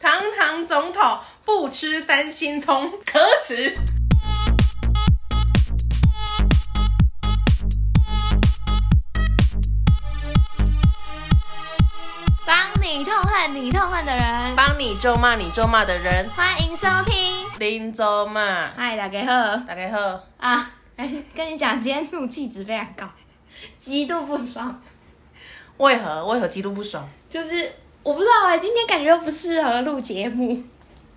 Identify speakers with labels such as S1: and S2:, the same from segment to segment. S1: 当总统不吃三星葱，可耻。
S2: 帮你痛恨你痛恨的人。
S1: 帮你咒骂你咒骂的人，
S2: 欢迎收听，
S1: 林咒骂。
S2: 嗨，大家好
S1: 大家好，
S2: 啊！哎跟你讲，今天怒气值非常高，极啊度不爽，
S1: 为何为何极度不爽？
S2: 就是我不知道哎、今天感觉又不适合录节目，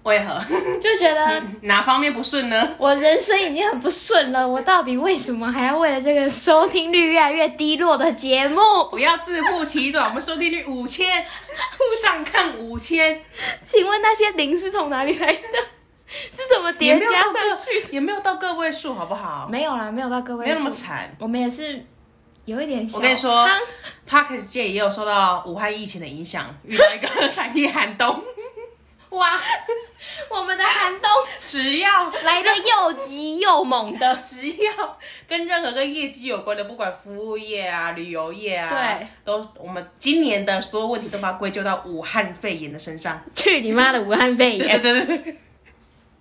S1: 为何
S2: 就觉得
S1: 哪方面不顺呢？
S2: 我人生已经很不顺了，我到底为什么还要为了这个收听率越来越低落的节目？
S1: 不要自负其短，我们收听率五千，上看五千，
S2: 请问那些零是从哪里来的？是怎么
S1: 也
S2: 叠
S1: 没有
S2: 加
S1: 到
S2: 上去？
S1: 个也没有到个位数，好不好？
S2: 没有啦，没有到各位，
S1: 没有那么惨。
S2: 我们也是有一点小
S1: 我跟你说
S2: 夯
S1: ，Parkes 界也有受到武汉疫情的影响，遇到一个产业寒 冬，
S2: 哇，我们的寒冬
S1: 只要
S2: 来的又急又猛的，
S1: 只要跟任何跟业绩有关的，不管服务业啊、旅游业啊，
S2: 对，
S1: 都我们今年的所有问题都把它归咎到武汉肺炎的 身上。
S2: 去你妈的武汉肺
S1: 对
S2: 炎，
S1: 对对对，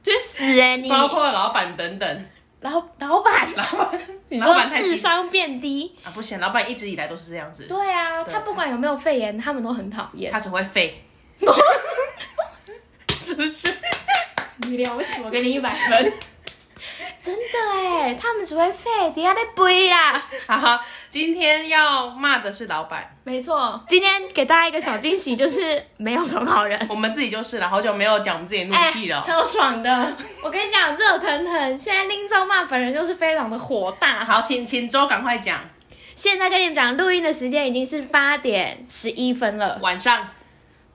S2: 去死哎、你！
S1: 包括老板等等，
S2: 老老板，
S1: 老板，
S2: 你
S1: 老
S2: 说
S1: 板太
S2: 智
S1: 急
S2: 商变低？
S1: 啊，不行，老板一直以来都是这样子，
S2: 对啊，
S1: 对
S2: 他不管有没有肺炎，他们都很讨厌
S1: 他。只会废， 是不是？
S2: 你了不起，我给你一百分。真的哎、他们只会废，底下在背啦。
S1: 好好，今天要骂的是老板，
S2: 没错，今天给大家一个小惊喜，就是没有总好人。
S1: 我们自己就是了，好久没有讲我们自己的怒气了。
S2: 哎超爽的！我跟你讲，热腾腾。现在林周骂本人就是非常的火大。
S1: 好，请请周赶快讲，
S2: 现在跟你们讲，录音的时间已经是八点十一分了，
S1: 晚上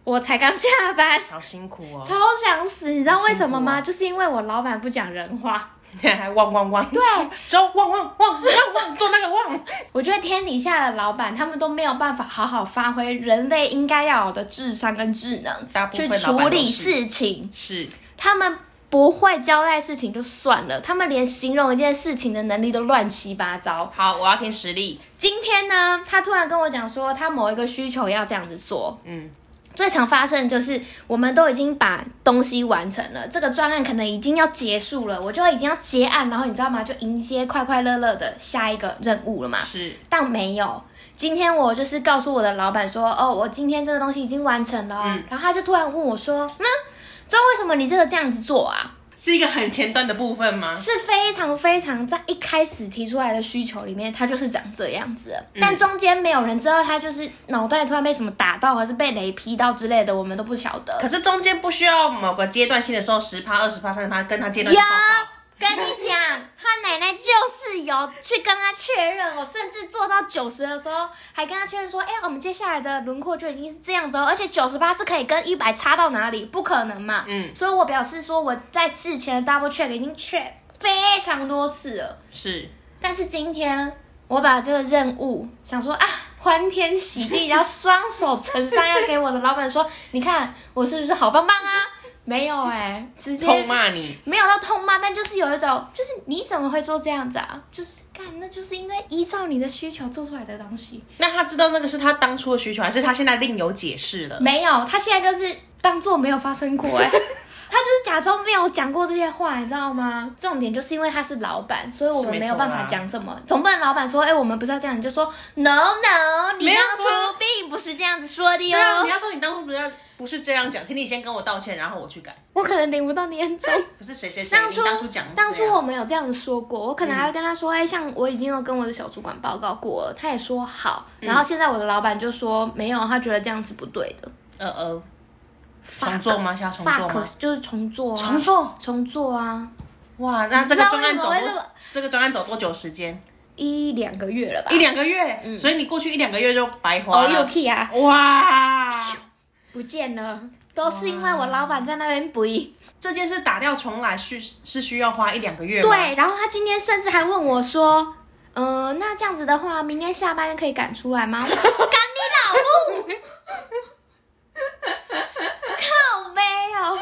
S2: 我才刚下班，
S1: 好辛苦哦，
S2: 超想死。你知道为什么
S1: 辛苦
S2: 吗？
S1: 哦
S2: 就是因为我老板不讲人话。
S1: 还汪汪汪，
S2: 对，
S1: 周汪汪汪汪汪，做那个汪。
S2: 我觉得天底下的老板，他们都没有办法好好发挥人类应该要有的智商跟智能
S1: 大，部
S2: 去
S1: 分
S2: 处
S1: 老板
S2: 理
S1: 都是
S2: 事情。
S1: 是，
S2: 他们不会交代事情就算了，他们连形容一件事情的能力都乱七八糟。
S1: 好，我要听实力。
S2: 今天呢，他突然跟我讲说，他某一个需求要这样子做。
S1: 嗯，
S2: 最常发生的就是，我们都已经把东西完成了，这个专案可能已经要结束了，我就已经要结案，然后你知道吗？就迎接快快乐乐的下一个任务了嘛。
S1: 是，
S2: 但没有。今天我就是告诉我的老板说，哦，我今天这个东西已经完成了哦，
S1: 嗯
S2: 然后他就突然问我说，嗯，知道为什么你这个这样子做啊？
S1: 是一个很前端的部分吗？
S2: 是非常非常在一开始提出来的需求里面，它就是长这样子的，
S1: 嗯
S2: 但中间没有人知道他就是脑袋突然被什么打到，还是被雷劈到之类的，我们都不晓得
S1: 可。是中间不需要某个阶段性的时候，十趴、二十趴、三十趴，跟他阶段性
S2: 呀
S1: 报告。，
S2: 跟你讲，他奶奶就是有去跟他确认，我甚至做到九十的时候，还跟他确认说，哎、我们接下来的轮廓就已经是这样子哦，而且九十八是可以跟一百差到哪里，不可能嘛。
S1: 嗯，
S2: 所以我表示说，我在事前的 double check 已经 check 非常多次了。
S1: 是，
S2: 但是今天我把这个任务想说啊，欢天喜地，然后双手呈上，要给我的老板说，你看我是不是好棒棒啊？没有哎、直接
S1: 痛骂你。
S2: 没有到痛骂，但就是有一种，就是你怎么会做这样子啊？就是干，那就是因为依照你的需求做出来的东西。
S1: 那他知道那个是他当初的需求，还是他现在另有解释了？
S2: 没有，他现在就是当做没有发生过哎、他 就是假装没有讲过这些话，你知道吗？重点就是因为他是老板，所以我
S1: 是
S2: 们
S1: 没
S2: 没
S1: 错啊
S2: 有
S1: 啦
S2: 办法讲什么。总不能老板说：“哎、我们不是要这样。”你就说：“No No，你
S1: 没有
S2: 当初
S1: 说
S2: 并不是这样子说的哟。
S1: 对啊，你要说你当初不要不是这样讲，请你先跟我道歉，然后我去改。
S2: 我可能领不到你眼中。
S1: 可是谁谁谁， 啊
S2: 当
S1: 你
S2: 初
S1: 当初讲的是
S2: 当初
S1: 这样
S2: 我们有这样子说过，我可能还会跟他说，哎、像我已经有跟我的小主管报告过了，他也说好，
S1: 嗯
S2: 然后现在我的老板就说没有，他觉得这样是不对的。
S1: 呃呃，重做吗？现在重做
S2: fuck
S1: 吗？
S2: 就是重做、啊，
S1: 重做。
S2: 重做啊，
S1: 哇，那这个专
S2: 你
S1: 案走
S2: 知道为什么会这
S1: 多
S2: 么？
S1: 这个专案走多久时间？
S2: 一两个月了吧
S1: 一？两个月，所以你过去一两个月就白花
S2: 啊嗯哦，又
S1: 了。
S2: k 啊，
S1: 哇！
S2: 不见了，都是因为我老板在那边不义。
S1: 这件事打掉重来需是需要花一两个月吗？
S2: 对，然后他今天甚至还问我说，呃，那这样子的话，明天下班可以赶出来吗？我说赶你老母！靠背哦，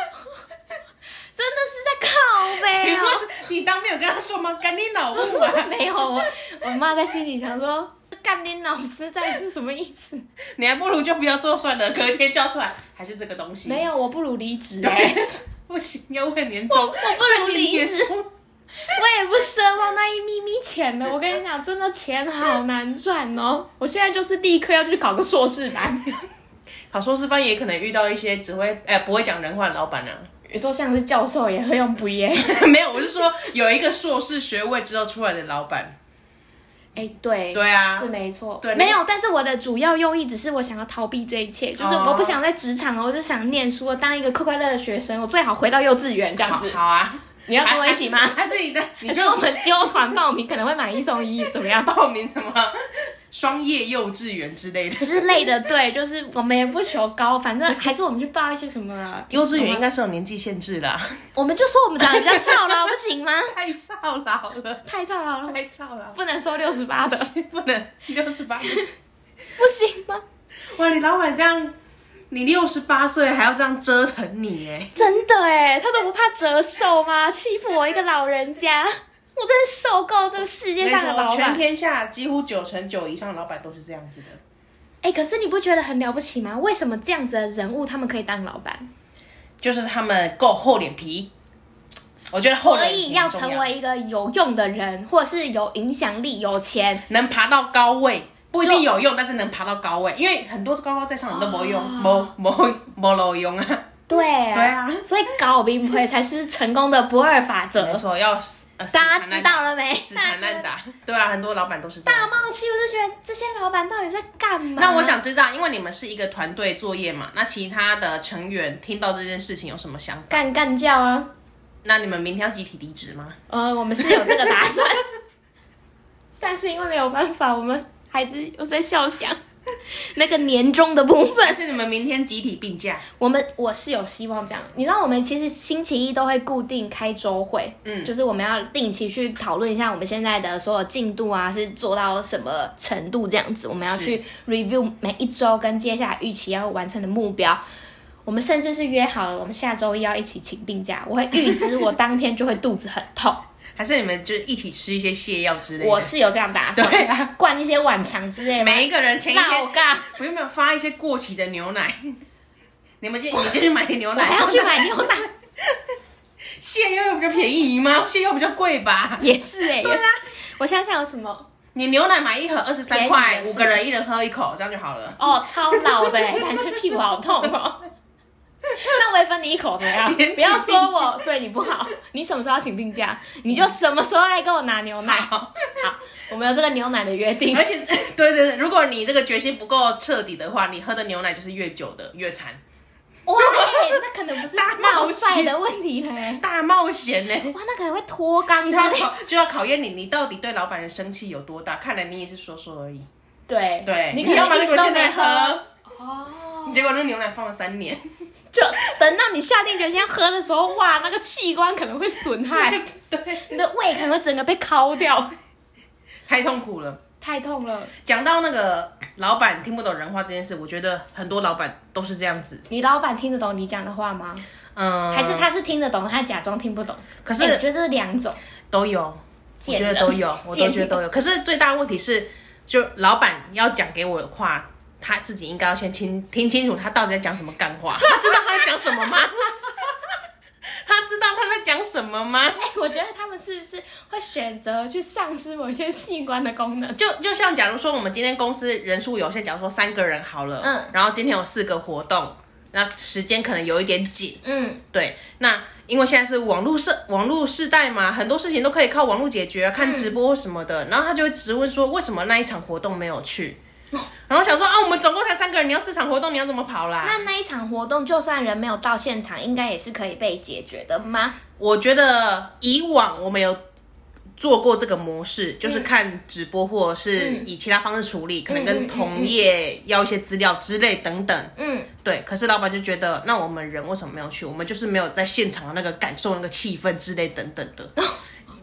S2: 真的是在靠背
S1: 请
S2: 哦。
S1: 问你当面有跟他说吗？干你脑雾 啊！
S2: 没有，我我妈在心里想说，干你老师在是什么意思？
S1: 你还不如就不要做算了，隔天叫出来还是这个东西。
S2: 没
S1: 有，
S2: 有，我不如离 职哎，
S1: 不行，要问年终，
S2: 我不如离
S1: 年
S2: 职，
S1: 终
S2: 我也不奢望那一咪咪钱了。我跟你讲，真的钱好难赚哦。我现在就是立刻要去考个硕士 班。
S1: 考硕士班也可能遇到一些只会哎、不会讲人话的老板啊。
S2: 你说像是教授也会用不耶？
S1: 没有，我是说有一个硕士学位之后出来的老板，
S2: 哎，对，
S1: 对啊
S2: 是没错，
S1: 对
S2: 没有。但是我的主要用意只是我想要逃避这一切，就是
S1: 哦
S2: 我不想在职场了，我就想念书，当一个快快乐乐的学生，我最好回到幼稚园这样
S1: 好
S2: 子。
S1: 好啊，
S2: 你要跟我一起吗？
S1: 还是你的？你
S2: 可
S1: 就是
S2: 我们纠团报名可能会买一送一，怎么 样？
S1: 报名什么双叶幼稚园之类的？
S2: 之类的，对，就是我们也不求高，反正还是我们去报一些什么
S1: 幼稚园应，该是有年纪限制啦，
S2: 我们就说我们长得比较操劳，不行吗？
S1: 太操劳了，
S2: 太操劳了，
S1: 太操劳了，
S2: 不能收六十八的，
S1: 不能六十 八。
S2: 不行吗？
S1: 哇，你老板这样，你六十八岁还要这样折腾你哎，
S2: 真的哎，他都不怕折寿 吗？欺负我一个老人家，我真是受够这个世界上的
S1: 没
S2: 老
S1: 错全
S2: 板。
S1: 天下几乎九成九以上老板都是这样子的。
S2: 哎，可是你不觉得很了不起吗？为什么这样子的人物他们可以当老板？
S1: 就是他们够厚脸皮。我觉得厚
S2: 所
S1: 脸
S2: 以
S1: 皮
S2: 要
S1: 很重
S2: 成为一个有用的人，或者是有影响力、有钱。
S1: 能爬到高位，不一定
S2: 就
S1: 有用，但是能爬到高位，因为很多高高在上的人都没用，
S2: 哦
S1: 没没没路用啊。
S2: 对啊，
S1: 对啊
S2: 所以搞明牌才是成功的不二法则
S1: 没。错，要死呃死
S2: 大家
S1: 缠
S2: 知
S1: 烂打
S2: 道了没？
S1: 死
S2: 大家
S1: 缠
S2: 知道
S1: 烂打。对啊，很多老板都是这
S2: 大
S1: 样子。
S2: 冒气，我就觉得这些老板到底在干嘛？
S1: 那我想知道，因为你们是一个团队作业嘛，那其他的成员听到这件事情有什么想法？
S2: 干干叫啊！
S1: 那你们明天要集体离职吗？
S2: 呃，我们是有这个打算， 但是因为没有办法，我们孩子又在笑想 那个年终的部
S1: 还
S2: 分，
S1: 是你们明天集体病假？
S2: 我们我是有希望这样。你知道，我们其实星期一都会固定开周会，
S1: 嗯
S2: 就是我们要定期去讨论一下我们现在的所有进度啊，是做到什么程度这样子，我们要去 review 每一周跟接下来预期要完成的目标。我们甚至是约好了，我们下周一要一起请病假。我会预知我当天就会肚子很 痛，
S1: 还是你们就一起吃一些泻药之类的？
S2: 我是有这样打算。
S1: 对啊，
S2: 灌一些晚肠之类的，
S1: 每一个人前一天
S2: 老 尬，
S1: 不用没有发一些过期的牛奶，你们就你就去买牛
S2: 我
S1: 奶，
S2: 还要去买牛奶，
S1: 蟹药比较便宜吗？蟹药比较 贵吧？
S2: 也是哎、
S1: 对
S2: 也
S1: 啊
S2: 是，我想想有什么
S1: 你牛奶买一盒二十三
S2: 便
S1: 块，
S2: 宜的是
S1: 五个人一人喝一口，这样就好了。
S2: 哦，超老的、欸， 感觉屁股好痛哦。 那我也分你一口怎么样？
S1: 连
S2: 不要
S1: 请
S2: 说我对你不好，你什么时候要请病假，你就什么时候来给我拿牛奶。
S1: 好，哎
S2: 好，我们有这个牛奶的约定
S1: 而。且 对对对，如果你这个决心不够彻底的话，你喝的牛奶就是越久的越惨，
S2: 哇，哎、那可能不是
S1: 大冒
S2: 闹
S1: 险
S2: 赛的问题 嘞。
S1: 大冒险呢、
S2: 哇，那可能会脱肛
S1: 就
S2: 之
S1: 要
S2: 类。
S1: 考就要考验你，你到底对老板的生气有多大？看来你也是说说而已。
S2: 对
S1: 对，
S2: 你可
S1: 你要么
S2: 能一
S1: 就
S2: 直都
S1: 现
S2: 没
S1: 在
S2: 喝。
S1: 喝，
S2: 哦。
S1: 结果那牛奶放了三年，
S2: 就等到你下定决心要喝的时候，哇，那个器官可能会损害，
S1: 对，
S2: 你的胃可能会整个被敲 掉，
S1: 太痛苦了。
S2: 太痛了。
S1: 讲到那个老板听不懂人话这件事，我觉得很多老板都是这样子。
S2: 你老板听得懂你讲的话吗？
S1: 嗯，
S2: 还是他是听得懂，他假装听不懂？
S1: 可是
S2: 哎我觉得这是两种，
S1: 都有，我
S2: 贱
S1: 觉
S2: 人
S1: 得都有， 我
S2: 贱
S1: 都
S2: 人
S1: 觉得都有。可是最大的问题是，就老板要讲给我的话，他自己应该要先听听清楚他到底在讲什么干话。他知道他在讲什么吗？ 他知道他在讲什么吗？
S2: 哎、我觉得他们是不是会选择去丧失某些器官的功能？
S1: 就就像假如说我们今天公司人数有限，假如说三个人好了，
S2: 嗯，
S1: 然后今天有四个活动，那时间可能有一点紧，
S2: 嗯，
S1: 对，那因为现在是网络社网络时代嘛，很多事情都可以靠网络解决，
S2: 嗯
S1: 看直播什么的。然后他就会质问说，为什么那一场活动没有去？
S2: 哦
S1: 然后想说啊，我们总共才三个人，你要四场活动，你要怎么跑啦？
S2: 那那一场活动，就算人没有到现场，应该也是可以被解决的吗？
S1: 我觉得以往我们有做过这个模式，就是看直播或者是以其他方式处理，可能
S2: 嗯嗯嗯
S1: 跟
S2: 嗯
S1: 同业要一些资料之类等等。
S2: 嗯，
S1: 对，可是老板就觉得，那我们人为什么没有去？我们就是没有在现场的那个感受、那个气氛之类等等的，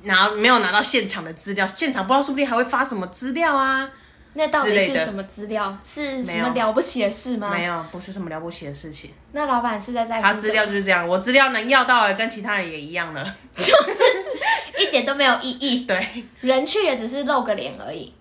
S1: 然后没有拿到现场的资料，现场不知道说不定还会发什么资料啊？
S2: 那到
S1: 之
S2: 底
S1: 类
S2: 是
S1: 的
S2: 什么资料？是什
S1: 没有
S2: 么了不起的事吗？
S1: 没有，不是什么了不起的事情。
S2: 那老板是在在乎
S1: 他资料就是这样，我资料能要到的跟其他人也一样了。
S2: 一点都没有意义，
S1: 对，
S2: 人去了只是露个脸而已。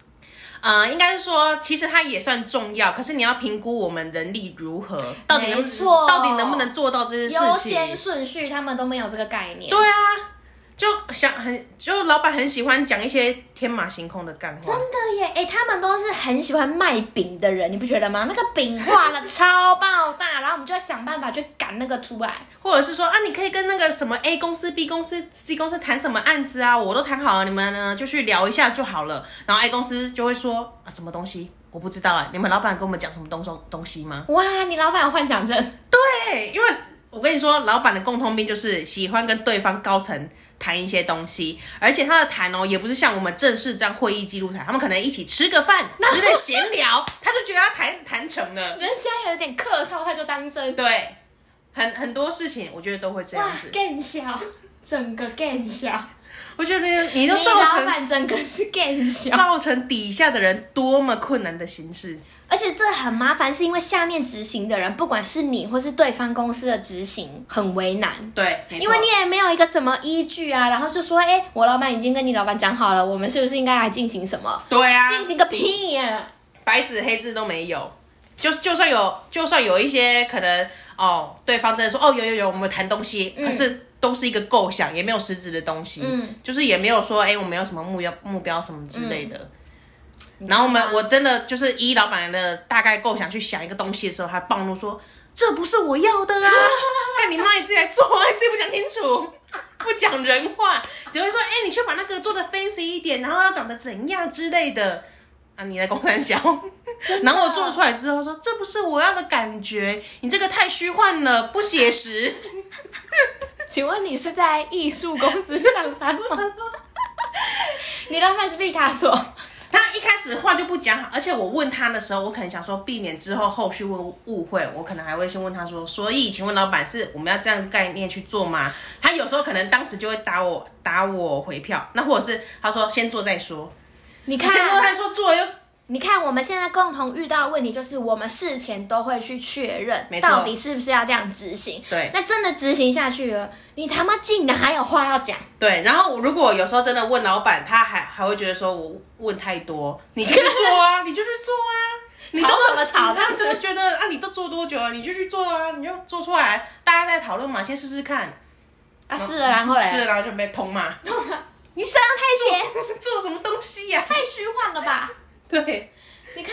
S1: 呃，应该是说，其实它也算重要，可是你要评估我们能力如何，到底能
S2: 没错
S1: 到底能不能做到这件事
S2: 优
S1: 情。
S2: 先顺序他们都没有这个概念。
S1: 对啊，就想很就老板很喜欢讲一些天马行空的干话
S2: 真。的耶，哎、他们都是很喜欢卖饼的人，你不觉得吗？那个饼画的 超爆大，然后我们就要想办法去赶那个出来。
S1: 或者是说啊，你可以跟那个什么 A 公司、B 公司、C 公司谈什么案子啊，我都谈好了，你们呢就去聊一下就好了。然后 A 公司就会说啊，什么东西我不知道啊，你们老板跟我们讲什么东东东西吗？
S2: 哇，你老板有幻想症，
S1: 对，因为我跟你说，老板的共通病就是喜欢跟对方高层谈一些东西，而且他的谈哦，也不是像我们正式这样会议记录谈，他们可能一起吃个 饭之类闲聊，他就觉得他谈谈成了。
S2: 人家有点客套，他就当真。
S1: 对，很很多事情我觉得都会这
S2: 哇
S1: 样子，
S2: 更小，整个更小，
S1: 我觉得你
S2: 你
S1: 都造
S2: 老
S1: 成。
S2: 板整个是更小。
S1: 造成底下的人多么困难的形式。
S2: 而且这很麻烦，是因为下面执行的人，不管是你或是对方公司的执行，很为难。
S1: 对，
S2: 因为你也没有一个什么依据啊，然后就说，哎、我老板已经跟你老板讲好了，我们是不是应该来进行什么？
S1: 对啊，
S2: 进行个屁呀、
S1: 白纸黑字都没有。就就算有，就算有一些可能哦，对方真的说哦有有有，我们谈东西，可是都是一个构想，也没有实质的东西，
S2: 嗯，
S1: 就是也没有说哎、我们有什么目标目标什么之类的。然
S2: 道
S1: 后我们
S2: 吗
S1: 我真的就是依老板的大概构想去想一个东西的时候，他暴怒说这不是我要的啊，干你妈你自己来做啊，你自己不讲清楚。不讲人话，只会说：“哎、你去把那个做的 fancy 一点，然后要长得怎样之类的。”啊，你来公 三小，
S2: 啊
S1: 然后我做出来之后说，这不是我要的感觉，你这个太虚幻了，不写实。
S2: 请问你是在艺术公司上班吗？ 你老板是毕卡索，
S1: 他一开始话就不讲好，而且我问他的时候，我可能想说避免之后后续问误会，我可能还会先问他说，所以请问老板是我们要这样概念去做吗？他有时候可能当时就会打我打我回票，那或者是他说先做再说，
S2: 你
S1: 先做
S2: 看，啊
S1: 再说做了又
S2: 你看，我们现在共同遇到的问题就是，我们事前都会去确认
S1: 没，错
S2: 到底是不是要这样执行。
S1: 对
S2: 那真的执行下去了，你他妈竟然还有话要讲，
S1: 对，然后如果有时候真的问老板，他还还会觉得说我问太多，你就去做 啊，你就去做啊，你都
S2: 吵什么吵
S1: 这样子觉得啊，你都做多久了，你就去做啊，你就做出来，大家再讨论嘛，先试试看，
S2: 啊，是了，然后嘞，
S1: 试了然后就被 通骂，
S2: 你这样太邪，
S1: 做什么东西 呀、
S2: 太虚幻了吧？
S1: 对，
S2: 你看，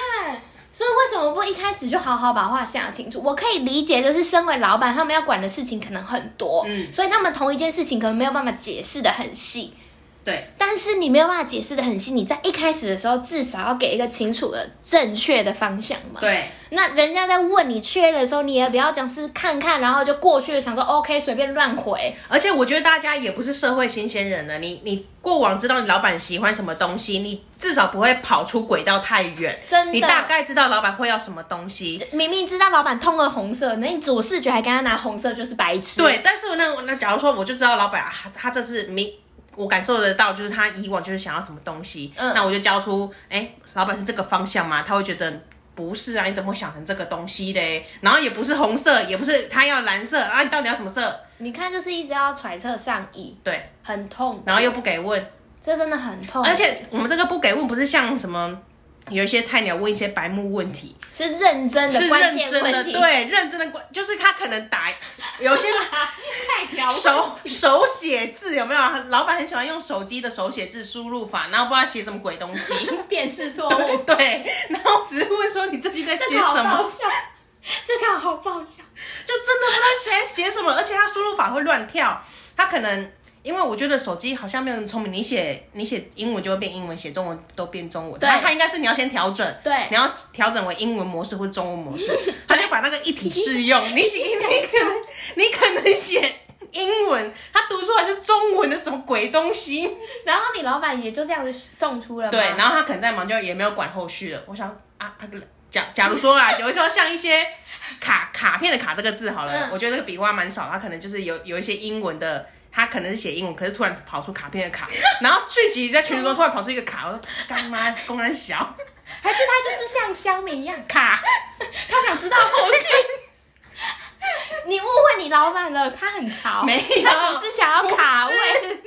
S2: 所以为什么不一开始就好好把话想清楚？我可以理解，就是身为老板，他们要管的事情可能很多，
S1: 嗯
S2: 所以他们同一件事情可能没有办法解释的很细。
S1: 对，
S2: 但是你没有办法解释的很细，你在一开始的时候至少要给一个清楚的、正确的方向嘛。
S1: 对，
S2: 那人家在问你确认的时候，你也不要讲是看看，然后就过去了，想说 OK 随便乱回。
S1: 而且我觉得大家也不是社会新鲜人了，啊你你过往知道你老板喜欢什么东西，你至少不会跑出轨道太远，
S2: 真的
S1: 你大概知道老板会要什么东西，
S2: 明明知道老板通了红色，那你主视觉还跟他拿红色，就是白痴。
S1: 对，但是那那假如说我就知道老板啊他他这次明我感受得到，就是他以往就是想要什么东西，
S2: 嗯
S1: 那我就交出，哎、老板是这个方向吗？他会觉得不是啊，你怎么会想成这个东西嘞？然后也不是红色，也不是他要蓝色啊，你到底要什么色？
S2: 你看就是一直要揣测上意，
S1: 对，
S2: 很痛，
S1: 然后又不给问，
S2: 这真的很痛，
S1: 而且我们这个不给问不是像什么。有一些菜鸟问一些白目问题，
S2: 是认真的
S1: 是
S2: 关
S1: 认
S2: 键
S1: 真的，
S2: 问题。
S1: 对，认真的关，就是他可能打有些
S2: 菜条
S1: 手手写字有没有？老板很喜欢用手机的手写字输入法，然后不知道写什么鬼 东西。
S2: 辨识错误，
S1: 对，然后只是问说你最近在写
S2: 这个好
S1: 什
S2: 爆
S1: 么，
S2: 笑，这个好爆笑。
S1: 就真的不知道写写什么，而且他输入法会乱跳，他可能。因为我觉得手机好像没有人聪明，你写你写英文就会变英文，写中文都变中文。
S2: 对
S1: 他他应该是你要先调整，
S2: 对
S1: 你要调整为英文模式或中文模式，他就把那个一体适用。你写你可能你可能写英文，他读出来是中文的什么鬼东西？
S2: 然后你老板也就这样子送出了嘛，
S1: 对，然后他可能在忙，就也没有管后续了。我想啊啊，假假如说啊啦，有如说像 一些卡卡片的卡这个字好了，
S2: 嗯
S1: 我觉得这个笔画蛮少，他可能就是有有一些英文的。他可能是写英文，可是突然跑出卡片的卡， 然后讯息在群组中突然跑出一个卡，我说干妈公然小，
S2: 还是他就是像乡民一样卡， 他想知道后续。 你误会你老板了，他很潮，
S1: 没有
S2: 哦他只是想要卡位，
S1: 不是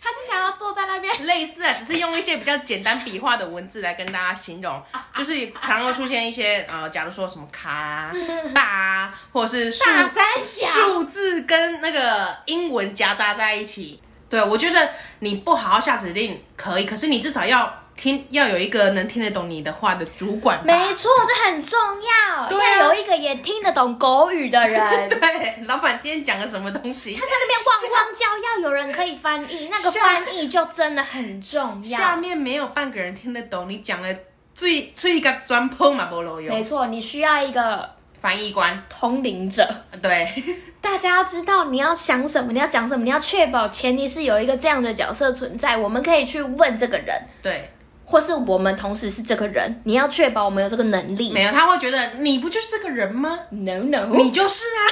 S2: 他是想还要坐在那边。
S1: 类似啊，只是用一些比较简单笔画的文字来跟大家形容，
S2: 啊
S1: 就是常会出现一些呃，假如说什么卡啊、大啊，或者是数
S2: 大三小
S1: 数字跟那个英文夹杂在一起。对，我觉得你不好好下指令可以，可是你至少要听，要有一个能听得懂你的话的主管吧。
S2: 没错，这很重要，
S1: 对啊
S2: 要有一个也听得懂狗语的人。
S1: 对，老板今天讲了什么东西？
S2: 他在那边汪汪叫，要有人可以翻译，那个翻译就真的很重
S1: 下
S2: 要。
S1: 面没有半个人听得懂你讲的最最一个专碰嘛，菠萝油
S2: 没错，你需要一个
S1: 翻译官，
S2: 通灵者。
S1: 对。
S2: 大家要知道你要想什么，你要讲什么，你要确保前提是有一个这样的角色存在，我们可以去问这个人，
S1: 对，
S2: 或是我们同时是这个人，你要确保我们有这个能力
S1: 没。有，他会觉得你不就是这个人吗？
S2: No no，
S1: 你就是啊，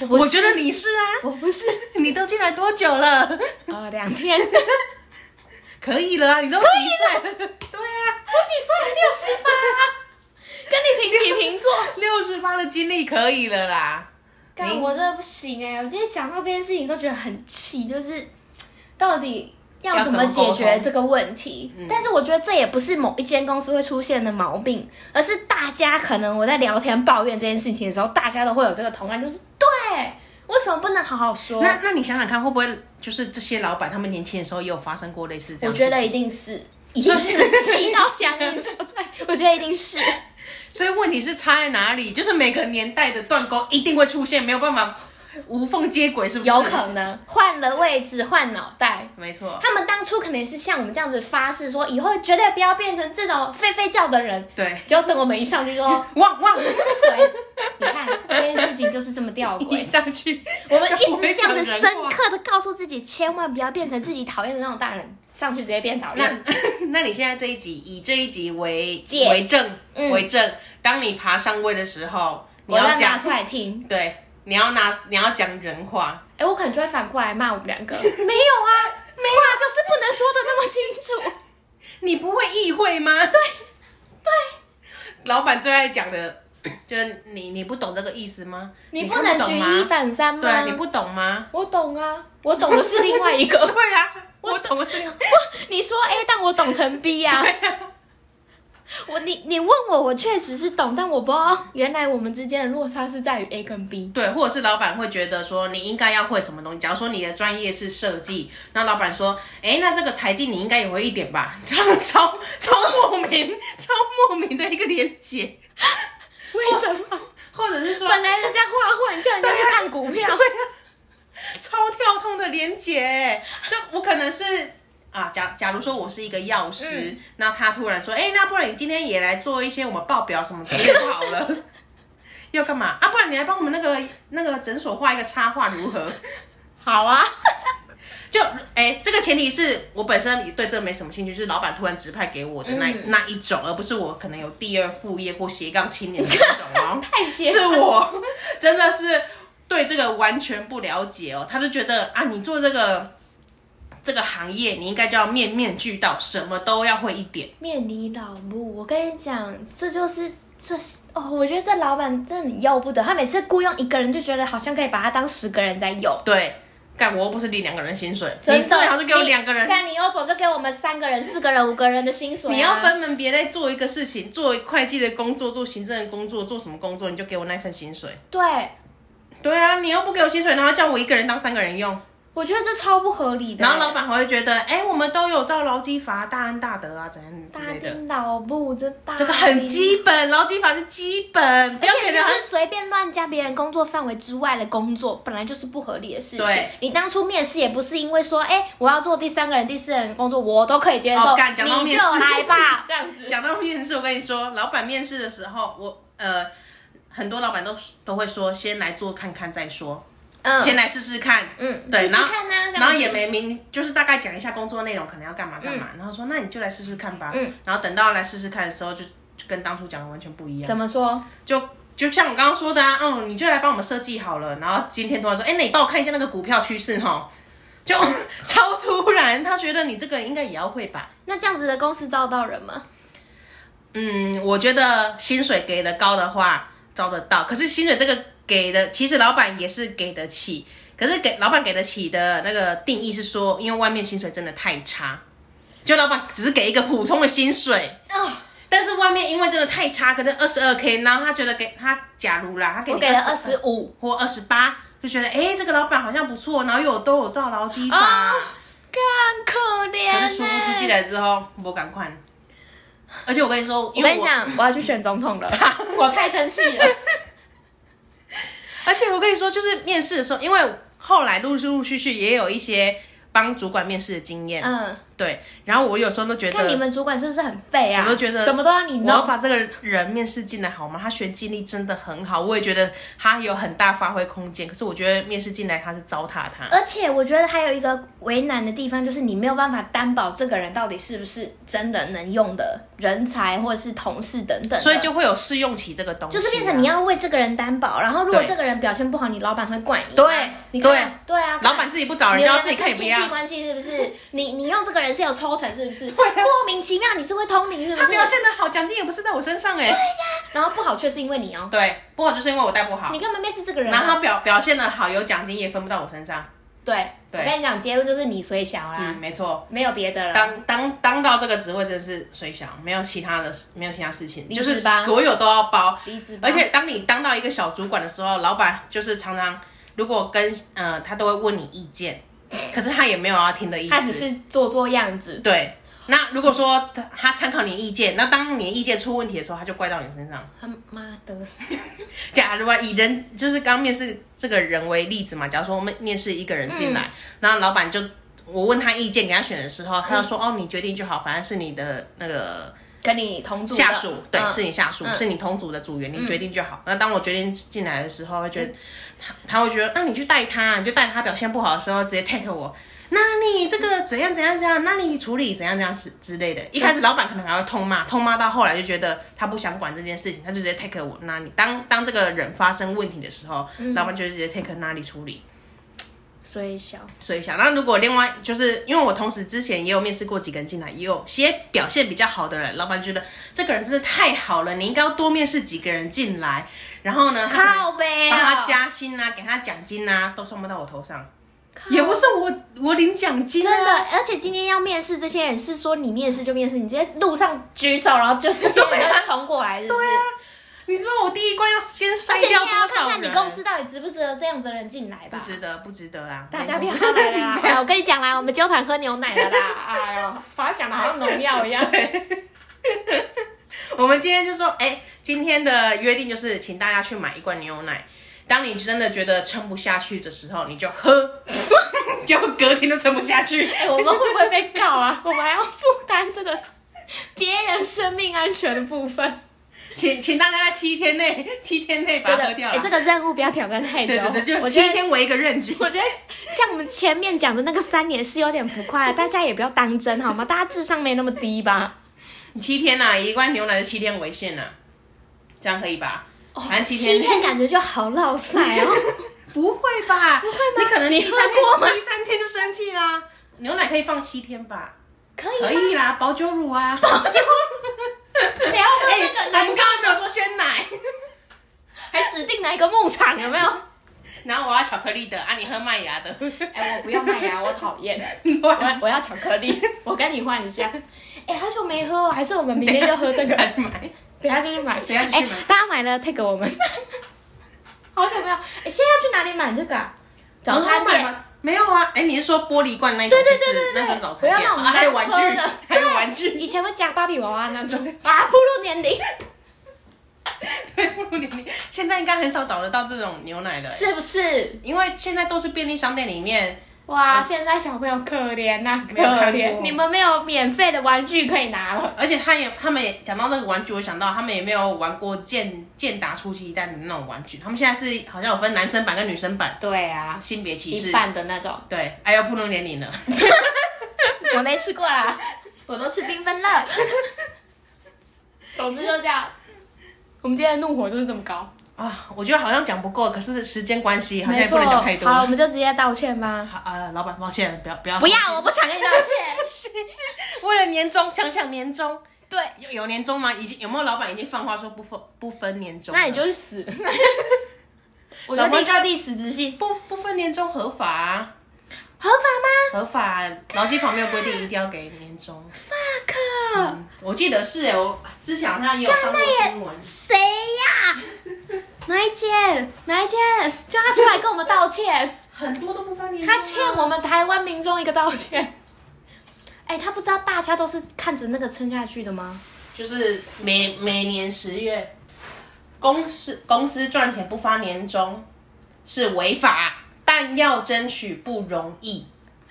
S2: 不是
S1: 我觉得你是啊，
S2: 我不是
S1: 你都进来多久了？
S2: 呃两天，我几
S1: 可以了啊，你都几岁了？对啊，
S2: 岁？六十八，跟你平起平坐。
S1: 六十八的经历可以了啦。
S2: 但
S1: 你
S2: 我真的不行哎、我今天想到这件事情都觉得很气，就是到底
S1: 要
S2: 要怎
S1: 怎么
S2: 么解
S1: 沟
S2: 决
S1: 通嗯
S2: 这个问题？但是我觉得这也不是某一间公司会出现的毛病，而是大家可能我在聊天抱怨这件事情的时候，大家都会有这个同感，就是对，为什么不能好好说？
S1: 那那你想想看，会不会就是这些老板他们年轻的时候也有发生过类似这
S2: 我
S1: 样的
S2: 觉
S1: 事
S2: 得
S1: 情？
S2: 一定是。一定是气到响音出来，我觉得一定是。
S1: 所以问题是差在哪里？就是每个年代的断钩一定会出现，没有办法无缝接轨， 是不是？
S2: 有可能换了位置，换脑袋，
S1: 没错。
S2: 他们当初可能也是像我们这样子发誓说，以后绝对不要变成这种吠吠叫的人。
S1: 对，
S2: 结果等我们一上去就 说，
S1: 旺旺
S2: 对，你看这件事情就是这么吊
S1: 一
S2: 诡。
S1: 上去，
S2: 我们一
S1: 就不会
S2: 直这样
S1: 讲
S2: 子
S1: 人
S2: 深
S1: 话
S2: 刻的告诉自己，千万不要变成自己讨厌的那种大人，上去直接变讨厌。
S1: 那 那你现在这一集以这一集为
S2: 戒
S1: 为证、
S2: 嗯
S1: 为证，当你爬上位的时候，你
S2: 我要
S1: 要
S2: 拿
S1: 讲
S2: 出来听，
S1: 对，你要拿你要讲人话，
S2: 哎、我可能就会反过来骂我们两个。没有啊，没话就是不能说的那么清 楚。
S1: 你不会意会吗？对对，老板最爱讲的就是你你不懂这个意思吗？
S2: 你
S1: 你
S2: 不
S1: 看
S2: 能
S1: 懂
S2: 举
S1: 吗
S2: 一反三吗？
S1: 对啊，你不懂吗？
S2: 我懂啊，我懂的是另外一 个。
S1: 对啊，我懂这个。
S2: 你说 A，但我懂成 B 啊呀、我你你问我，我确实是懂，但我不知道 原来我们之间的落差是在于 A 跟 B。
S1: 对，或者是老板会觉得说你应该要会什么东西。假如说你的专业是设计，那老板说，哎，那这个财经你应该也会一点吧？ 这样超超莫名、超莫名的一个连接，
S2: 为什么？
S1: 或者是说
S2: 哦本来人家画画，你叫人家去看股票，
S1: 啊超跳痛的连接，就我可能是。啊，假假如说我是一个药师，
S2: 嗯
S1: 那他突然说，哎、那不然你今天也来做一些我们报表什么之类的好了，要干嘛啊？不然你来帮我们那个那个诊所画一个插画如何？
S2: 好啊，
S1: 就哎、这个前提是我本身对这没什么兴趣，就是老板突然指派给我的那、
S2: 嗯
S1: 那一种，而不是我可能有第二副业或斜杠青年的那种 哦。
S2: 太邪
S1: 是
S2: 了。
S1: 我 真的是对这个完全不了解哦，他就觉得啊，你做这个这个行业，你应该就要面面俱到，什么都要会一点。
S2: 面你老母，我跟你讲，这就是这是哦，我觉得这老板真的很要不得，他每次雇佣一个人就觉得好像可以把他当十个人在用。
S1: 对，干我又不是领两个人薪水，
S2: 真
S1: 你
S2: 的
S1: 最好就给我两个人。
S2: 但你有种就给我们三个人、四个人、五个人的薪水啊、
S1: 你要分门别类做一个事情，做会计的工作，做行政的工作，做什么工作，你就给我那份薪水。
S2: 对，
S1: 对啊，你又不给我薪水，然后叫我一个人当三个人用，
S2: 我觉得这超不合理的。
S1: 然后老板还会觉得，哎、我们都有照劳基法、大恩大德啊，怎样之
S2: 大
S1: 类的。
S2: 兵老部，这大
S1: 这个很基本，劳基法是基本，不
S2: 本，
S1: 要
S2: 而且
S1: 给
S2: 你
S1: 人
S2: 就是随便乱加别人工作范围之外的工作，本来就是不合理的事情
S1: 对。
S2: 你当初面试也不是因为说，哎、我要做第三个人、第四个人的工作，我都可以接受，
S1: 哦干讲到
S2: 你
S1: 面
S2: 就
S1: 试
S2: 来 吧，这样
S1: 讲到面试，我跟你说，老板面试的时候，我呃，很多老板都都会说，先来做看看再说，
S2: 嗯
S1: 先来试试看。
S2: 嗯，
S1: 对
S2: 试试
S1: 然后
S2: 看呐、啊，
S1: 然后也没明，就是大概讲一下工作内容，可能要干嘛干嘛，然后说那你就来试试看吧。
S2: 嗯
S1: 然后等到来试试看的时候，就就跟当初讲的完全不一样。
S2: 怎么说？
S1: 就就像我刚刚说的啊，嗯，你就来帮我们设计好了。然后今天突然说，哎、那你帮我看一下那个股票趋势哈，就 超突然。他觉得你这个应该也要会吧？
S2: 那这样子的公司招得到人吗？
S1: 嗯，我觉得薪水给的高的话招得到，可是薪水这个给的，其实老板也是给得起，可是给老板给得起的那个定义是说，因为外面薪水真的太差，就老板只是给一个普通的薪水，
S2: 哦，
S1: 但是外面因为真的太差，可能二十二 k，然后他觉得给他假如啦，他给
S2: 我
S1: 你
S2: 给了二
S1: 22
S2: 十五，
S1: 或二十八，就觉得哎、诶这个老板好像不错，然后又有都有照劳基法，
S2: 啊更可怜、欸。
S1: 可是殊不知进来之后，我赶快。而且我跟你说，
S2: 我
S1: 因为
S2: 跟你讲，我要去选总 统了，我太生气了。
S1: 而且我跟你说，就是面试的时候，因为后来陆陆续续也有一些帮主管面试的经验，
S2: 嗯，
S1: 对。然后我有时候都觉
S2: 看你
S1: 得，
S2: 们主管是不是很废啊？
S1: 我都觉得
S2: 什么都要你
S1: 我要
S2: 弄。
S1: 把这个人面试进来好吗？他学经历真的很好，我也觉得他有很大发挥空间。可是我觉得面试进来他是糟蹋他，
S2: 而且我觉得还有一个为难的地方，就是你没有办法担保这个人到底是不是真的能用的人才，或者是同事等等的。
S1: 所以就会有试用期这个东西
S2: 嗯
S1: 啊、
S2: 就是变成你要为这个人担保，然后如果
S1: 对
S2: 这个人表现不好，你老板会怪你。
S1: 对
S2: 你看，对啊，
S1: 老板自己不找人，
S2: 你
S1: 就
S2: 们
S1: 要
S2: 两
S1: 自
S2: 个
S1: 己可以
S2: 是
S1: 不
S2: 亲
S1: 要
S2: 戚。关系是不是？你你用这个人是有抽成是不是？莫名其妙你是会通灵是不
S1: 他
S2: 是？
S1: 表现的好，奖金也不是在我身上 哎、
S2: 然后不好却是因为你哦，
S1: 对，不好就是因为我带不好
S2: 你。根本面试这个人啊。
S1: 然后他表表现的好，有奖金也分不到我身上。
S2: 对，
S1: 对
S2: 我跟你讲，结论就是你虽小啦，
S1: 嗯，没错。
S2: 没有别的了。
S1: 当当当到这个职位真的是水小，没有其他的事，没有其他事情，
S2: 离
S1: 就
S2: 职
S1: 是
S2: 吧
S1: 所有都要包。
S2: 离职吧，
S1: 而且当你当到一个小主管的时候，老板就是常常如果跟呃他都会问你意见，可是他也没有要听的意
S2: 他只
S1: 思。
S2: 是做做样子。
S1: 对，那如果说他他参考你意见，那当你的意见出问题的时候，他就怪到你身上。
S2: 他妈的，
S1: 假如啊，以人就是刚面试这个人为例子嘛，假如说我们面试一个人进
S2: 嗯
S1: 来，然后老板就我问他意见给他选的时候，他就说、
S2: 嗯
S1: 哦，你决定就好，反正是你的那个
S2: 跟你同住的
S1: 下属，对，
S2: 嗯
S1: 是你下属，
S2: 嗯
S1: 是你同组的组员，你决定就好。那当我决定进来的时候，会觉得他他会觉得，那啊你去带他，你就带他表现不好的时候，直接 take 我。那你这个怎样怎样怎样？那你处理怎样怎样之之类的。一开
S2: 嗯
S1: 始老板可能还会痛骂，痛骂到后来就觉得他不想管这件事情，他就直接 take 我。那你当当这个人发生问题的时候，
S2: 嗯
S1: 老板就直接 take 那里处理。
S2: 虽小，
S1: 所以想，那如果另外就是因为我同时之前也有面试过几个人进来，也有些表现比较好的人，老板就觉得这个人真的太好了，你应该要多面试几个人进来，然后呢，他可能
S2: 靠背
S1: 帮他
S2: 啊，
S1: 加薪啊，给他奖金啊，都算不到我头上，
S2: 靠
S1: 也不是我我领奖金
S2: 真的
S1: 啊，，
S2: 而且今天要面试这些人是说你面试就面试，你直接路上举手，然后就这些人就冲过来， 是不是？
S1: 啊你说我第一关要先
S2: 而
S1: 筛
S2: 且你也
S1: 掉
S2: 要
S1: 多
S2: 看
S1: 少
S2: 看你
S1: 人？
S2: 公司到底值不值得这样子的人进来吧
S1: 不。值得，不值得啊啦！
S2: 大家不
S1: 没
S2: 要
S1: 错
S2: 来了啦！哎我跟你讲啦，我们纠团喝牛奶了啦！哎呦，把它讲的好像农药 一样。
S1: 我们今天就说，哎、今天的约定就是，请大家去买一罐牛奶。当你真的觉得撑不下去的时候，你就喝， 就隔天就撑不下去。
S2: 哎、我们会不会被告啊？我们还要负担这个别人生命安全的部分？
S1: 请请大家在七天内，七天内把它喝掉
S2: 哎、
S1: 啦。
S2: 这个任务不要挑战太久。
S1: 对对对，就
S2: 我
S1: 七
S2: 觉得，
S1: 天为一个任局。
S2: 我觉得像我们前面讲的那个三年是有点浮夸，大家也不要当真好吗？大家智商没那么低吧？
S1: 七天呐、以一罐牛奶的七天为限呐、啊这样可以吧？哦反正七
S2: 七
S1: 天内
S2: 天感觉就好落塞 哦。
S1: 不会吧？不会吗？你可能
S2: 你
S1: 第三天
S2: 喝过吗
S1: 第三天就生气啦。牛奶可以放七天吧？
S2: 可
S1: 可
S2: 以吗？
S1: 以 啦，保酒乳啊。
S2: 谁要喝
S1: 哎、
S2: 这个
S1: 我
S2: 呢？
S1: 们刚刚没有说鲜奶。
S2: 还指定哪一个牧场有没有？
S1: 然后我要巧克力的啊，你喝麦 芽的，
S2: 哎、我不要麦芽，我讨厌。我
S1: 我
S2: 要我要巧克力，我跟你换一下。哎、好久没喝哦，还是我们明天就喝 这个。
S1: 来买。
S2: 等一下就去买，
S1: 等一下就去买
S2: 哎大家买了 take 我们。 好久没有，哎、现在要去哪里买这个、啊？早餐
S1: 嗯买
S2: 店。
S1: 吗？没有啊，哎，你是说玻璃罐那一种？
S2: 对对
S1: 是不是
S2: 对对对
S1: 那个早餐
S2: 不要
S1: 店
S2: 让我们
S1: 啊还有
S2: 再
S1: 玩
S2: 喝
S1: 具
S2: 了，
S1: 还有玩具，
S2: 以前会加芭比娃娃那种，啊，步入年龄，
S1: 对，不如你现在应该很少找得到这种牛奶的，
S2: 是不是？嗯
S1: 因为现在都是便利商店里面，
S2: 哇，现在小朋友可怜呐、
S1: 没
S2: 可
S1: 有看过
S2: 怜，你们没有免费的玩具可以拿了。
S1: 而且他也他们也讲到那个玩具，我想到他们也没有玩过健健达出奇蛋的那种玩具，他们现在是好像有分男生版跟女生版，
S2: 对啊，
S1: 性别歧
S2: 一
S1: 视。
S2: 半的那种，
S1: 对，哎呦，不能年龄了。
S2: 我没吃过啦， 我都吃缤纷乐。 总之就这样，我们今天的怒火就是这么高。
S1: 啊，我觉得好像讲不够，可是时间关系，好像也不能讲太多。
S2: 好了，我们就直接道歉吧。
S1: 好呃，老板，抱歉，不要不要
S2: 不要，我不想跟你道歉。
S1: 为了年终，想想年终
S2: 对，
S1: 有有年终吗？已经有没有老板已经放话说不分不分年终了？
S2: 那你就去死。 我就
S1: 老婆
S2: 立
S1: 就
S2: 刻递辞职信，
S1: 不不分年终合法、啊，
S2: 合法吗
S1: 合法、劳基法没有规定一定要给年终。
S2: ？fuck，
S1: 我记得是哎、我之前好像也有上过新闻。
S2: 谁呀？哪一间？哪一间？叫他出来跟我们道歉，
S1: 很多都不分年、啊，
S2: 他欠我们台湾民众一个道歉。哎、他不知道大家都是看着那个撑下去的吗？
S1: 就是每每年十月，公司公司赚钱不发年终是违法，但要争取不容易。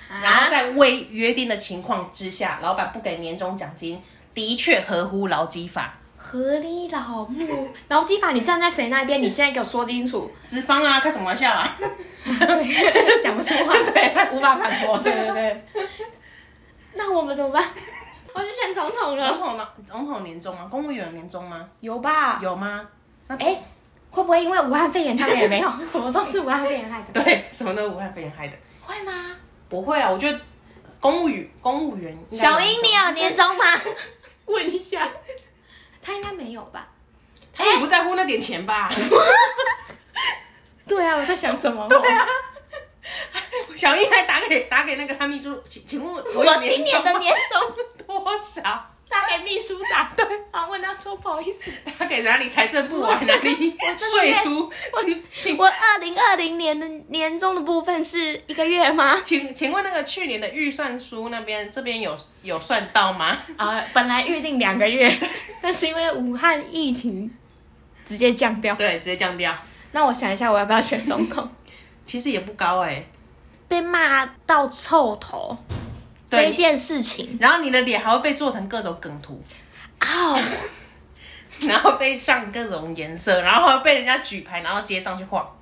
S2: 啊
S1: 然后在未约定的情况之下，老板不给年终奖金，的确合乎劳基法。
S2: 合理老木，劳基法，你站在谁那边？你现在给我说清楚。
S1: 资方啊，开什么玩笑啊？
S2: 对，讲不出话，
S1: 对
S2: 无法反驳。 对对对。那我们怎么办？我去选总统
S1: 总
S2: 了。
S1: 统呢？总统年终吗？公务员年终吗？
S2: 有吧？
S1: 有吗？那
S2: 哎、会不会因为武汉肺炎他们也没 有？什么都是武汉肺炎害的。
S1: 对，什么都武汉肺炎害的。
S2: 会吗？
S1: 不会啊，我觉得公务员公务员应该有
S2: 小
S1: 年
S2: 英，
S1: 终
S2: 你啊有年终吗？ 问一下，他应该没有吧？
S1: 他也不在乎那点钱吧？
S2: 对啊，我在想什么？ 对啊，
S1: 小英还打给打给那个他秘书，请请问我有
S2: 我今年的
S1: 终吗
S2: 年终
S1: 多少？
S2: 打给秘书长，对，然啊后问他说不好意思，
S1: 打给哪里财政部啊？哪里
S2: 这个
S1: 税
S2: 月
S1: 出？ 请
S2: 我二零二零年的年终的部分是一个月吗？
S1: 请请问那个去年的预算书那边这边有有算到吗？
S2: 啊、本来预定两个月， 但是因为武汉疫情直接降掉。
S1: 对，直接降掉。
S2: 那我想一下，我要不要选总统？
S1: 其实也不高哎、
S2: 被骂到臭头
S1: 对
S2: 这件事情，
S1: 然后你的脸还会被做成各种梗图，
S2: 啊、
S1: 然后被上各种颜色，然后还会被人家举牌，然后接上去晃。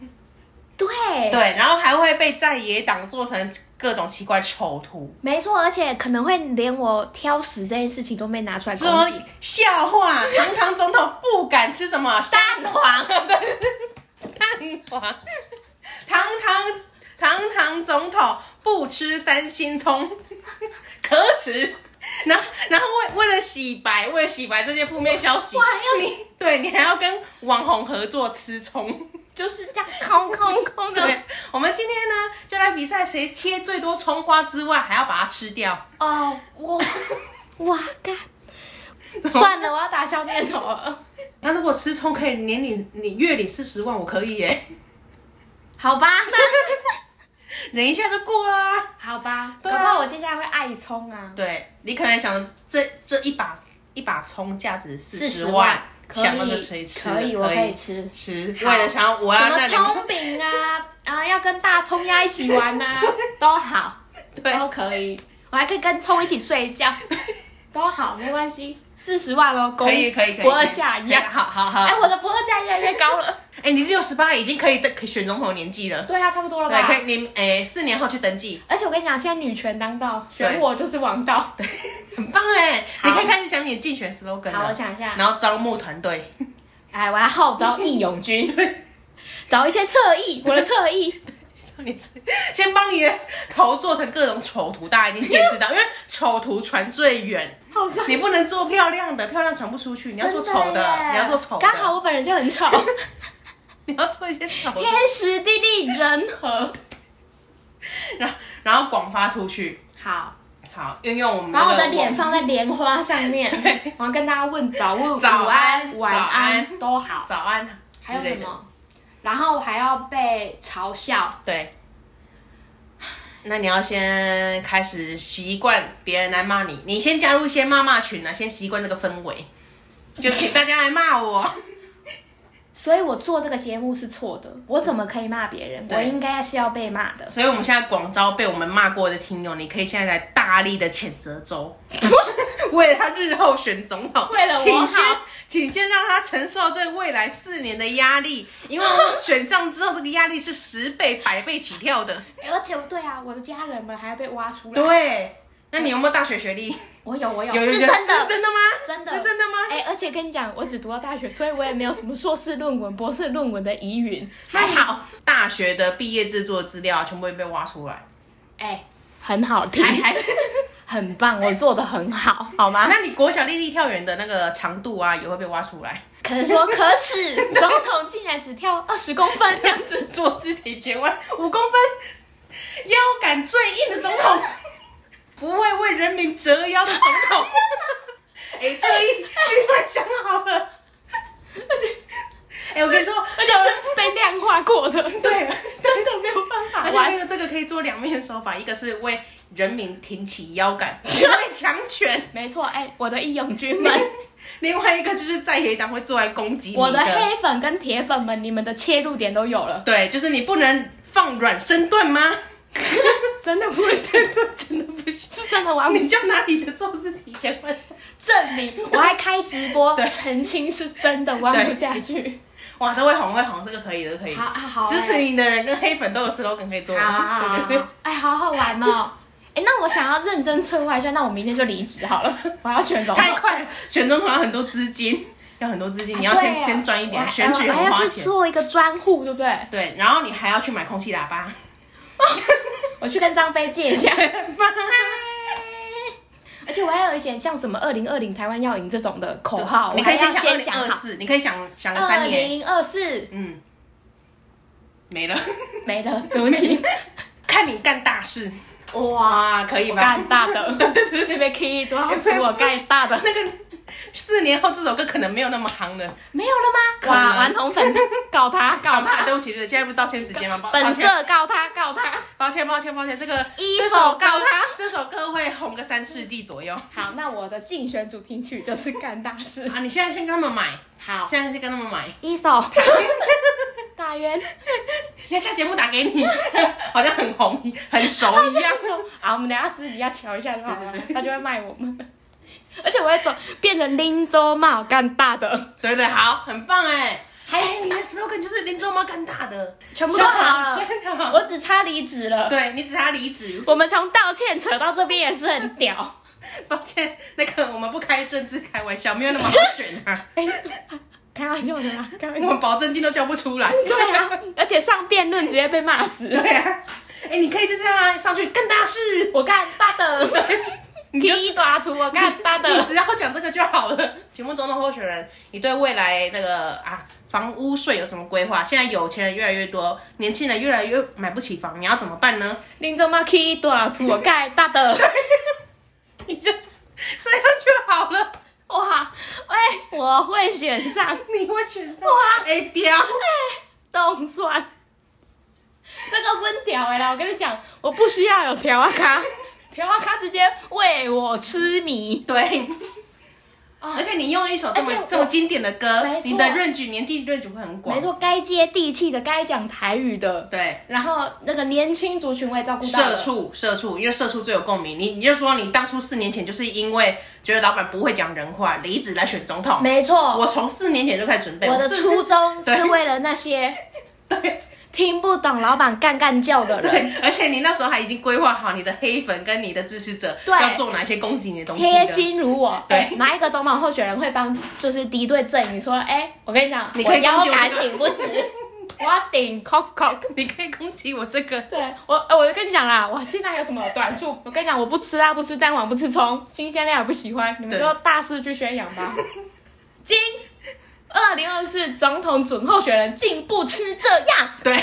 S2: 对，
S1: 对，然后还会被在野党做成各种奇怪丑图，
S2: 没错，而且可能会连我挑食这件事情都被拿出来攻
S1: 说
S2: 击。
S1: 笑话，堂堂总统不敢吃什 么蛋
S2: 蛋黄，
S1: 黄，堂堂堂堂总统不吃三星葱， 可耻。然后，然后为为了洗白，为了洗白这些负面消息
S2: 哇要，
S1: 你对你还要跟网红合作吃葱。
S2: 就是这样空空空的
S1: 对，我们今天呢就来比赛，谁切最多葱花之外，还要把它吃掉。
S2: 哦，我哇干，算了，我要打消念头了。
S1: 那如果吃葱可以年领你月领四十万，我可以耶，
S2: 好吧，
S1: 忍一下就过啦、
S2: 好吧，
S1: 对
S2: 搞
S1: 啊
S2: 不好我接下来会爱葱啊。
S1: 对你可能想这这一把一把葱价值四十
S2: 40
S1: 万
S2: 万，可以
S1: 想那个谁吃的
S2: 可以我可以吃
S1: 吃，
S2: 好
S1: 为了想要我要
S2: 什么
S1: 让你
S2: 葱饼啊，啊，要跟大葱鸭一起玩啊，都好，
S1: 对
S2: 都可以。我还可以跟葱一起睡觉，都好，没关系。四十万喽，
S1: 可以可以可以
S2: 不二价一样
S1: 可以。好好好，
S2: 哎，
S1: 哎、
S2: 我的不二价越来越高 了。
S1: 你六十八已经可以登可以选总统年纪了，
S2: 对啊，差不多了
S1: 对，可
S2: 吧
S1: 以？你哎四、年后去登记，
S2: 而且我跟你讲，现在女权当道，选
S1: 对
S2: 我就是王道。
S1: 很棒哎、
S2: 好
S1: 你可以开始想你的竞选 slogan
S2: 好，我
S1: 了，
S2: 想一下，
S1: 然后招募团队，
S2: 哎，我要号召义勇 军，找一些侧翼，我的侧翼。
S1: 叫你吃 先帮你的头做成各种丑图，大家已经见识到，因为丑图传最远，
S2: 好帅
S1: 你不能做漂亮的，漂亮传不出去，你要做丑的，
S2: 真耶
S1: 你要做丑的，
S2: 刚好我本人就很 丑，
S1: 你要做一些丑的。
S2: 天时地利人和。
S1: 然后然后广发出去。
S2: 好，
S1: 好，运用我们
S2: 把我
S1: 这个
S2: 的脸放在莲花上面，然后跟大家问早问
S1: 早
S2: 午
S1: 安
S2: 安、晚
S1: 早
S2: 安
S1: 安
S2: 都好，
S1: 早安之
S2: 还有
S1: 类
S2: 什
S1: 的，
S2: 么？然后还要被嘲笑，
S1: 对。那你要先开始习惯别人来骂你，你先加入一些骂骂群啊，先习惯这个氛围，就请大家来骂我。
S2: 所以我做这个节目是错的。我怎么可以骂别人？
S1: 对
S2: 我应该是要被骂的。
S1: 所以我们现在广招被我们骂过的听友，你可以现在来大力的谴 责周，为了他日后选总统，
S2: 为了我
S1: 请先
S2: 好
S1: 请先让他承受这未来四年的压力，因为我选上之后，这个压力是十倍、百倍起跳的。
S2: 而且对啊，我的家人们还要被挖出来。
S1: 对，那你有没有大学学历？
S2: 我有，我有，
S1: 有
S2: 是真
S1: 人是
S2: 的。
S1: 真的吗？
S2: 真的
S1: 是真的吗？
S2: 哎、而且跟你讲，我只读到大学，所以我也没有什么硕士论文、博士论文的疑云，还好，
S1: 大学 的毕业制作资料全部会被挖出来，
S2: 哎、很好听，
S1: 还还是
S2: 很棒，我做的很好，好吗？
S1: 那你国小立地跳远的那个长度啊，也会被挖出来。
S2: 可能说可耻，总统竟然只跳二十公 分这样子，
S1: 坐姿挺前弯五公分，腰杆最硬的总 统，不会为人民折腰的总 统。哎、这一句话想好了。哎、我跟你说，
S2: 而且是被量化过 的，真
S1: 对，
S2: 的没有 办法
S1: 而且那
S2: 玩。
S1: 个这个可以做两面手法，一个是为人民挺起腰杆，为强 权；
S2: 没错，哎、我的义勇军们，
S1: 另外一个就是在野党会做来攻击你
S2: 我的黑粉跟铁粉们，你们的切入点都有了，
S1: 对，就是你不能放软身段吗？
S2: 真的不是，
S1: 真的真的不行。
S2: 是真的玩不
S1: 你叫哪里的做事提前完成？
S2: 证明，我还开直 播
S1: 对
S2: 澄清是真的玩不下去。
S1: 哇，这会红会红，这个可以，这个可以。
S2: 好啊，好啊，
S1: 支持你的人跟黑粉都有 slogan 可以做。
S2: 好啊，好啊，
S1: 对
S2: 好
S1: 对
S2: 啊 哎，好好玩哦。 哎，那我想要认真策划一下，那我明天就离职好 了，我要选总
S1: 对，
S2: 统。
S1: 太快了！选中可能很多资金，要很多资金，你要
S2: 对
S1: 先
S2: 啊
S1: 先赚一点
S2: 我，还
S1: 选举
S2: 我还
S1: 很
S2: 要
S1: 花
S2: 去
S1: 钱。
S2: 做一个专户，对不对？
S1: 对，然后你还要去买空气喇 叭。
S2: 我去跟张飞借一下。
S1: 你
S2: 而且我还有一些像什么“二零二零台湾要赢”这种的口号，我
S1: 可
S2: 还
S1: 以
S2: 要先
S1: 先想二零
S2: 想
S1: 二
S2: 好。
S1: 四，你可以想想个
S2: 二
S1: 三年，
S2: 零二四
S1: 嗯，没了，
S2: 没了，
S1: 嗯
S2: 对不起。
S1: 看你干大事，
S2: 哇，
S1: 哇，可以
S2: 我
S1: 吧
S2: 干？大的， 对对对，那边 K 多少是我干大的，
S1: 那个四年后这首歌可能没有那么夯了，
S2: 没有 了吗？
S1: 能
S2: 哇，顽童粉告 他告
S1: 好怕，
S2: 他，
S1: 对不起，对不起现在不是道歉时间吗？抱抱
S2: 本
S1: 歉，
S2: 色告他告他。
S1: 抱歉，抱歉，抱歉，这个
S2: 一
S1: 这
S2: 手
S1: 首歌
S2: 告他
S1: 这首歌会红个三世纪左右啊
S2: 好，那我的竞选主题曲就是干大事。
S1: 啊！你现在先跟他们买，
S2: 好，
S1: 现在先跟他们买，
S2: 一手 大冤。
S1: 你看下节目打给你， 好像很红，很熟一样。
S2: 啊，我们等一下私底下瞧一下就好了，他就会卖我们。 而且我会转变成林州帽干大的，
S1: 对对，好，很棒哎！
S2: 还
S1: 哎，你的 slogan 就是林州妈干大的，
S2: 全部都好了
S1: 真的好。
S2: 我只差离职了。
S1: 对你只差离职，
S2: 我们从道歉扯到这边也是很屌，
S1: 抱歉，那个我们不开政治开玩笑，没有那么好选 啊，
S2: 哎这开玩笑的啦，开玩
S1: 我
S2: 笑。
S1: 们保证金都交不出来。
S2: 对啊，而且上辩论直接被骂死，
S1: 对啊，哎、你可以就这样啊，上去干大事，
S2: 我干大的，
S1: 你就
S2: 第一抓出我干大
S1: 你
S2: 的，
S1: 只要讲这个就好了。请问总统候选人，你对未来那个啊房屋税有什么规划？现在有钱人越来越多，年轻人越来越买不起房，你要怎么办呢？
S2: 林州帽第一抓出我干大的。
S1: 你就这样就好了，
S2: 哇，哎，我会选上。
S1: 你会选上哇？哎、屌！
S2: 冻酸。这个温调哎啦，我跟你讲，我不需要有调啊 咖，调啊咖直接喂我痴迷。
S1: 对。
S2: 哦
S1: 而且你用一首这
S2: 而且
S1: 么
S2: 我
S1: 这么经典的歌
S2: 没，错
S1: 你的 range 年纪 range 会很广
S2: 没，错，该接地气的，该讲台语的，
S1: 对，
S2: 然后那个年轻族群我也照顾到
S1: 社
S2: 了。
S1: 畜社畜，因为社畜最有共鸣。你你就说你当初四年前就是因为觉得老板不会讲人话，离职来选总统。
S2: 没错，
S1: 我从四年前就开始准备，
S2: 我的
S1: 四
S2: 初 衷
S1: 对
S2: 是为了那些
S1: 对
S2: 听不懂老板干干叫的人，
S1: 对，而且你那时候还已经规划好你的黑粉跟你的支持者
S2: 对
S1: 要做哪些攻击你的东西的
S2: 贴，心如我。
S1: 对
S2: 哎哪一个总统候选人会帮就是敌对阵营说，哎，我跟你讲，
S1: 你
S2: 我
S1: 可以
S2: 腰
S1: 攻击我
S2: 杆
S1: 这个
S2: 挺不直， 我要顶 cock cock。
S1: 你可以攻击我这个。
S2: 对我，呃我就跟你讲啦，我现在有什么短处？我跟你讲，我不吃辣，不吃蛋黄，不吃葱，新鲜料也不喜欢，你们
S1: 对
S2: 就大肆去宣扬吧。今二零二四总统准候选人竟不吃这 样，
S1: 对，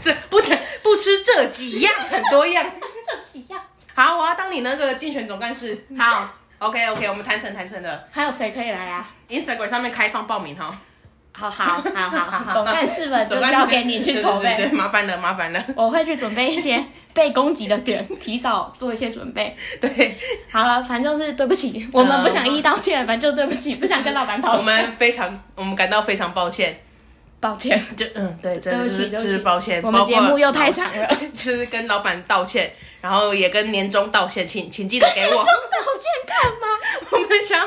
S1: 这不吃不吃这几样很多样。
S2: 这几样。
S1: 好，我要当你那个竞选总干事。
S2: 好，
S1: OK OK，我们谈成谈成了
S2: 还有谁可以来啊？
S1: ，Instagram 上面开放报名哈。
S2: 好好好 好，总干事们就交给你去筹
S1: 对对对
S2: 备，
S1: 对麻烦了麻烦了。
S2: 我会去准备一些被攻击的点，提早做一些准备。
S1: 对，
S2: 好了，反正就是对不起，我们
S1: 嗯
S2: 不想一一道歉，反正就对不起，不想跟老板道
S1: 我
S2: 歉，
S1: 们非常，我们感到非常抱歉，
S2: 抱 歉。
S1: 就嗯，对，
S2: 对
S1: 真的
S2: 不
S1: 就
S2: 起，
S1: 是
S2: 对
S1: 就
S2: 不
S1: 是
S2: 起，
S1: 抱歉，
S2: 我们节目又太长了，道
S1: 包括， 就是跟老板道歉，然后也跟年终道歉，请请记得 给我，
S2: 歉干嘛？
S1: 我们想要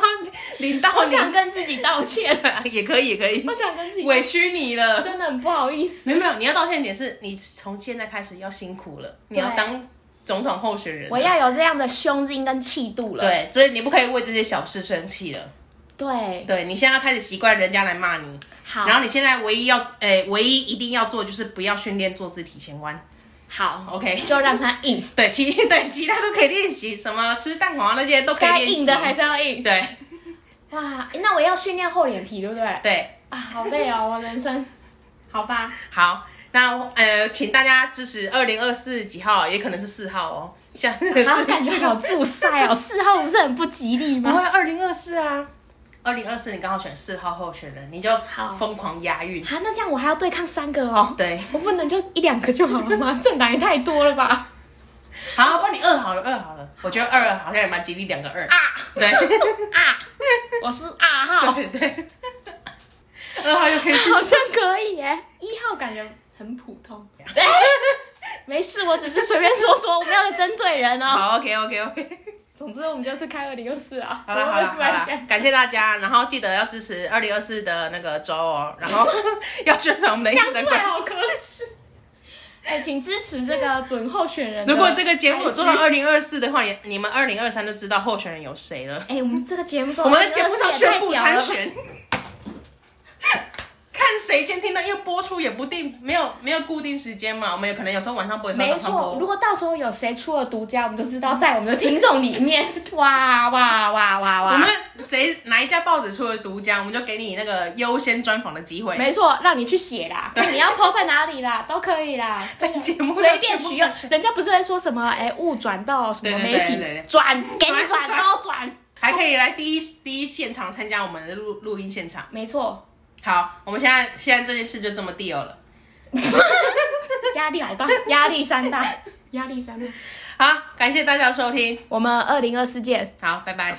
S1: 领 到
S2: 我
S1: 你
S2: 想跟自己道歉，
S1: 也可以也可以
S2: 我，想跟自己，
S1: 委屈你了，
S2: 真的很不好意思。
S1: 没有没有，你要道歉点是你从现在开始要辛苦了，你要当总统候选人，
S2: 我要有这样的胸襟跟气度了。
S1: 对，所以你不可以为这些小事生气了，
S2: 对，
S1: 对你现在要开始习惯人家来骂你，
S2: 好
S1: 然，后你现在唯一要，诶、唯一一定要做就是不要训练坐姿体前弯。
S2: 好
S1: OK
S2: 就让它硬，
S1: 对，其对其他都可以练习，什么吃蛋黄啊那些 都可以
S2: 该
S1: 练习。
S2: 硬的还是要硬。
S1: 对
S2: 哇，那我要训练厚脸皮，对不对？
S1: 对，
S2: 啊，好累哦，我人生。好吧，
S1: 好，那呃，请大家支持二零二四几号，啊也可能是四号哦，像是
S2: 好感觉好助赛 哦，四号不是很不吉利
S1: 不会
S2: 吗？
S1: 二零二四啊，二零二四你刚好选四号候选人，你就
S2: 好
S1: 疯狂押韵。
S2: 啊，那这样我还要对抗三个哦。
S1: 对，
S2: 我不能就一两个就好了吗？政党也太多了吧？
S1: 好，帮你二好了，二好了，我觉得二好像也蛮吉利，两个二
S2: 啊。
S1: 对
S2: 啊，我是二号，
S1: 对对，二号就可以去
S2: 好像可以耶。一号感觉很普通。没事，我只是随便说说，我没有在针对人哦。
S1: 好，OK OK OK，
S2: 总之，我们就是开二零二四啊，
S1: 好
S2: 我
S1: 了
S2: 们
S1: 好了
S2: 出
S1: 好
S2: 来
S1: 了
S2: 选，。
S1: 感谢大家，然后记得要支持二零二四的那个周哦，然 后要宣传我们的一
S2: 讲
S1: 直在
S2: 出来好可耻。哎，请支持这个准候选人的 IG。
S1: 如果这个节目做到二零二四的话，你你们二零二三就知道候选人有谁了。
S2: 哎，我们这个节目做
S1: 我
S2: 到
S1: 们在节目上
S2: 2024也
S1: 宣
S2: 太
S1: 布
S2: 屌
S1: 参
S2: 了吧，
S1: 选，看谁先听到，因为播出也不定，没有没有固定时间嘛，我们有可能有时候晚上播，有时候
S2: 没
S1: 早上
S2: 错，如
S1: 播。
S2: 果到时候有谁出了独家，我们就知道在我们的听众里 面，哇哇哇哇
S1: 我们
S2: 哇！
S1: 谁哪一家报纸出了独家，我们就给你那个优先专访的机会。
S2: 没错，让你去写啦，看你要抛在哪里啦，都可以啦，
S1: 在节目上
S2: 随便取用
S1: 宣布参选。
S2: 人家不是会说什么哎，误转到什么
S1: 对对
S2: 媒
S1: 对对
S2: 体
S1: 对
S2: 转，给你
S1: 转
S2: 转
S1: 转
S2: 包转，
S1: 还可以来第一第一现场参加我们的录录音现场。
S2: 没错，
S1: 好，我们现在现在这件事就这么 deal 了。
S2: 压力好大，压力山大，压力山大。
S1: 好，感谢大家的收听，
S2: 我们二零二四见。
S1: 好，拜拜。